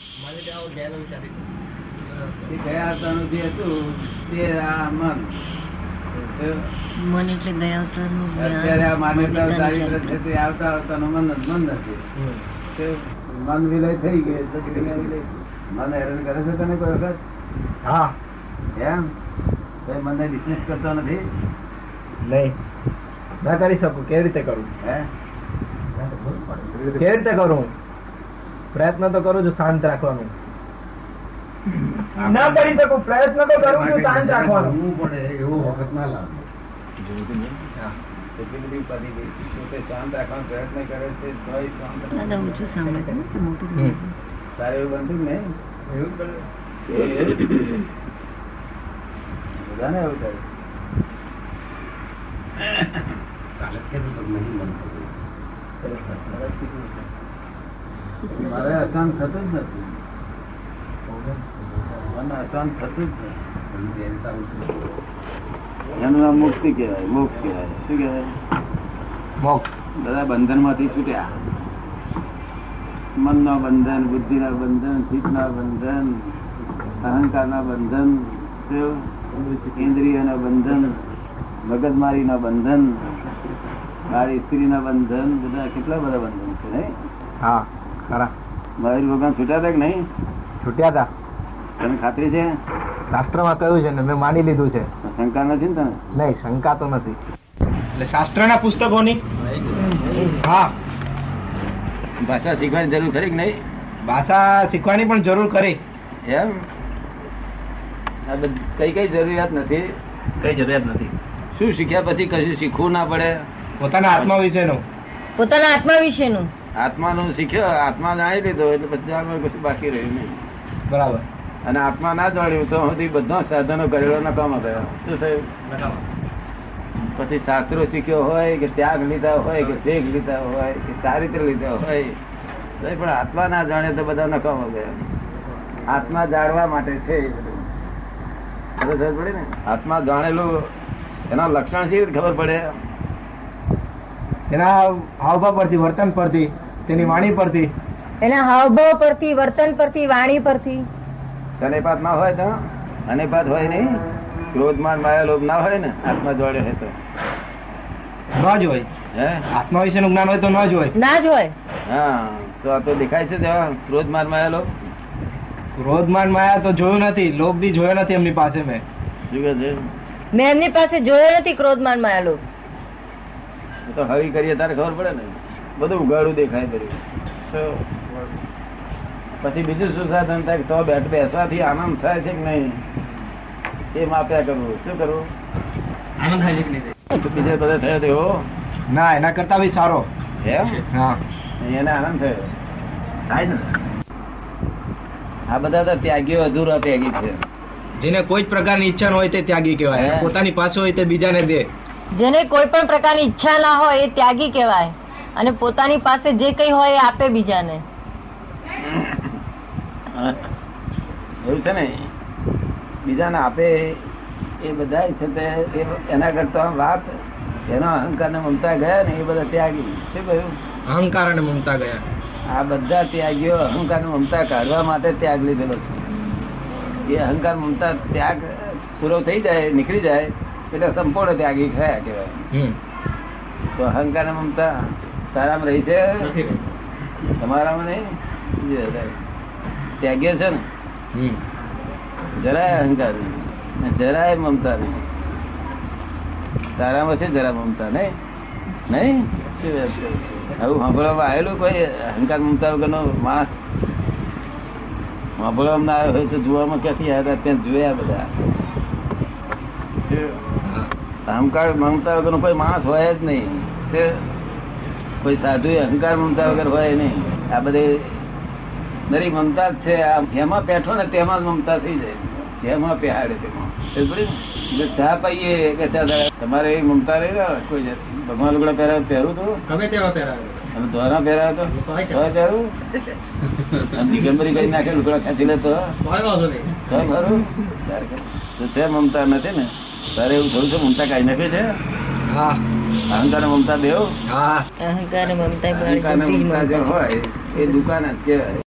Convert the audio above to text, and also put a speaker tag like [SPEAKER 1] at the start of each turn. [SPEAKER 1] આવો ઘેર વિચારી
[SPEAKER 2] એ ગયા અવતારનું જે હતું તે આ મન તો
[SPEAKER 3] મન એટલે ગયા અવતારનું
[SPEAKER 2] અત્યારે આ
[SPEAKER 3] જ્ઞાન,
[SPEAKER 2] માનવતા
[SPEAKER 3] મનની
[SPEAKER 2] અવતારી
[SPEAKER 3] જ્ઞાન
[SPEAKER 2] છે તે આવતા અવતારનું મન જ મન નથી તે મન વિલય થઈ ગયું એટલે કે વિલય વિલય. મન હેરાન કરે છે તને કોઈ વખત
[SPEAKER 1] હા
[SPEAKER 2] એમ તો એ મનને dismiss કરતો નથી
[SPEAKER 1] નહીં ના કરી શકું કેવી રીતે કરું
[SPEAKER 2] હે
[SPEAKER 1] કેવી રીતે કરું પ્રયત્ન તો કરું છું શાંત રાખવાનો ના કરી શકું પ્રયત્ન તો કરું છું શાંત રાખવાનો
[SPEAKER 4] હું પણ એવું વખત ના લાગે
[SPEAKER 2] એટલી બધી પડી ગઈ છે. પોતે શાંત રાખવાનો પ્રયત્ન કરે છે તોય શાંત નથી.
[SPEAKER 3] દાદા ઓછું સાંભળે છે ને, મોટું
[SPEAKER 1] હમ.
[SPEAKER 2] તારે એવું બનતું જ નહીં
[SPEAKER 4] એવું કરે
[SPEAKER 2] બધાને એવું થાય
[SPEAKER 4] કાલે જ કીધું તમને નહીં મનતું.
[SPEAKER 2] મારે અશાંત થતું જ નથી મને અશાંત થતું જ નથી
[SPEAKER 4] તમને દેવતા ઉતરી.
[SPEAKER 2] એનું નામ મુક્તિ કહેવાય મોક્ષ કહેવાય શું કહેવાય
[SPEAKER 1] મોક્ષ
[SPEAKER 2] બધા બંધનમાંથી છૂટ્યા મનના બંધન બુદ્ધિના બંધન ચિત્તના બંધન અહંકારના બંધન શું? ઇન્દ્રિયના બંધન મગજમારીના બંધન મારી સ્ત્રીના બંધન બધા કેટલા બધા બંધન છે નહીં
[SPEAKER 1] હા ખરા
[SPEAKER 2] મયુર ભગવાન છૂટ્યા હતા કે નહીં
[SPEAKER 1] છૂટ્યા હતા
[SPEAKER 2] તને ખાતરી છે
[SPEAKER 1] શાસ્ત્રમાં કહ્યું છે ને મેં માની લીધું છે
[SPEAKER 2] શંકા નથી ને તને
[SPEAKER 1] નહીં શંકા તો નથી એટલે શાસ્ત્રના પુસ્તકોની હા
[SPEAKER 2] ભાષા શીખવાની જરૂર ખરી કે નહીં
[SPEAKER 1] ભાષા શીખવાની પણ જરૂર કરી
[SPEAKER 2] એમ આ બધી કઈ કઈ જરૂરિયાત નથી
[SPEAKER 1] કઈ જરૂરિયાત નથી
[SPEAKER 2] શું શીખ્યા પછી કશું શીખવું ના પડે
[SPEAKER 1] પોતાના આત્મા વિશેનું
[SPEAKER 3] નથી. પોતાના આત્મા વિશેનું
[SPEAKER 2] આત્માનું શીખ્યો આત્મા જાણી લીધો એટલે પછી આગળ કશું બાકી રહ્યું નહીં
[SPEAKER 1] બરાબર
[SPEAKER 2] અને આત્મા ના જાણ્યું તો સુધી બધા સાધનો કરેલો નકામા ગયા શું થયું પછી શાસ્ત્રો શીખ્યો હોય કે ત્યાગ લીધા હોય કે શેખ લીધા હોય કે ચારિત્ર લીધા હોય તો પણ આત્મા ના જાણે તો બધા નકામા ગયા આત્મા જાણવા માટે છે એ બધું. ખબર ખબર પડે ને આત્મા જાણેલું એના લક્ષણ છે ખબર પડે
[SPEAKER 1] એના હાવભાવ પરથી વર્તન પરથી તેની વાણી પરથી
[SPEAKER 3] એના હાવભાવ પરથી વર્તન પરથી વાણી પરથી
[SPEAKER 2] ધનેપાત ના હોય તો અનેપાત હોય નહીં ક્રોધમાન માયા લોભ ના હોય ને આત્મા જોડે હોય તો
[SPEAKER 1] ન જ હોય
[SPEAKER 2] હે
[SPEAKER 1] આત્મા વિશેનું જ્ઞાન હોય તો ન જ હોય
[SPEAKER 3] ના જ હોય
[SPEAKER 2] હા તો આ તો દેખાય છે જવા ક્રોધ માર માયેલો
[SPEAKER 1] ક્રોધમાન માયા તો જોયું નથી લોભ બી જોયો નથી એમની પાસે મેં
[SPEAKER 2] શું કહે છે
[SPEAKER 3] મેં એમની પાસે જોયો નથી ક્રોધમાન માયેલો
[SPEAKER 2] એ તો હળી કરીએ તારે ખબર પડે ને બધું ઉઘાડું દેખાય બધું પછી બીજું શું સાધન થાય કે તો બેઠ બેસવાથી આનંદ થાય છે કે નહીં એ માપ્યા કરવું શું કરવું
[SPEAKER 1] આનંદ થાય કે નહીં
[SPEAKER 2] તો બીજા બધા થયો તેવો
[SPEAKER 1] ના એના કરતા બી સારો
[SPEAKER 2] એમ
[SPEAKER 1] હા
[SPEAKER 2] એને આનંદ થયો આ બધા તો ત્યાગીઓ અધૂરા ત્યાગી છે
[SPEAKER 1] જેને કોઈ જ પ્રકારની ઈચ્છા ન હોય તે ત્યાગી કહેવાય
[SPEAKER 2] હે.
[SPEAKER 1] પોતાની પાસે હોય તે બીજાને દે
[SPEAKER 3] જેને કોઈ પણ પ્રકારની ઈચ્છા ના હોય એ ત્યાગી કહેવાય અને પોતાની પાસે જે કંઈ હોય એ આપે બીજાને
[SPEAKER 2] એવું છે ને બીજાને આપે એ બધા છે તે એ- એના કરતા વાત એનો અહંકાર ને મમતા ગયા ને એ બધા ત્યાગી શું કહ્યું
[SPEAKER 1] અહંકાર અને મમતા ગયા
[SPEAKER 2] આ બધા ત્યાગીઓ અહંકાર ને મમતા કાઢવા માટે ત્યાગ લીધેલો છે એ અહંકાર મમતા ત્યાગ પૂરો થઈ જાય નીકળી જાય એટલે સંપૂર્ણ ત્યાગી થયા કહેવાય
[SPEAKER 1] હમ
[SPEAKER 2] તો અહંકાર ને મમતા તારામાં રહી છે તમારામાં નહીં જે રહે. ત્યાગીઓ છે ને
[SPEAKER 1] હમ
[SPEAKER 2] જરાય અહંકાર નહીં અને જરાય મમતા નહીં તારામાં છે જરા મમતા નહીં નહીં શું વાત કરે છે? આવું સાંભળવામાં આવેલું કોઈ અહંકાર મમતા વગરનો માણસ સાંભળવામાં ના આવ્યો હોય તો જોવામાં ક્યાંથી આવ્યા હતા ત્યાં જોયા બધા
[SPEAKER 1] હા.
[SPEAKER 2] અહંકાર મમતા વગરનો કોઈ માણસ હોય જ નહીં તે કોઈ સાધુ અહંકાર મમતા વગર હોય નહીં આ બધી નરી મમતા જ છે આ જેમાં બેઠો ને તેમાં જ મમતા થઈ જાય જેમાં પેહાડે તેમાં ખબર પડી ને? એટલે ચા પાઈએ કે ચા દાડા. તમારે એવી મમતા રહી ને કોઈ જાતની. ભગવાન લુગડા પહેરાવે પહેરું તો
[SPEAKER 1] ગમે તેવા પહેરાવે
[SPEAKER 2] અને ધોરા પહેરાવે તો તોય પહેરું અને દિગંબરી કરી નાખે લુગડા ખેંચી લેતો
[SPEAKER 1] કોઈ વાંધો નહીં
[SPEAKER 2] તો ખરું તો તે મમતા નથી ને તારે એવું થયું છે મમતા કાઢી નાખે છે
[SPEAKER 1] હા
[SPEAKER 2] અહંકાર ને મમતા દેવ
[SPEAKER 1] હા
[SPEAKER 3] અહંકાર મમતા
[SPEAKER 2] અહંકાર ને મમતા જે હોય એ દુકાન જ કહેવાય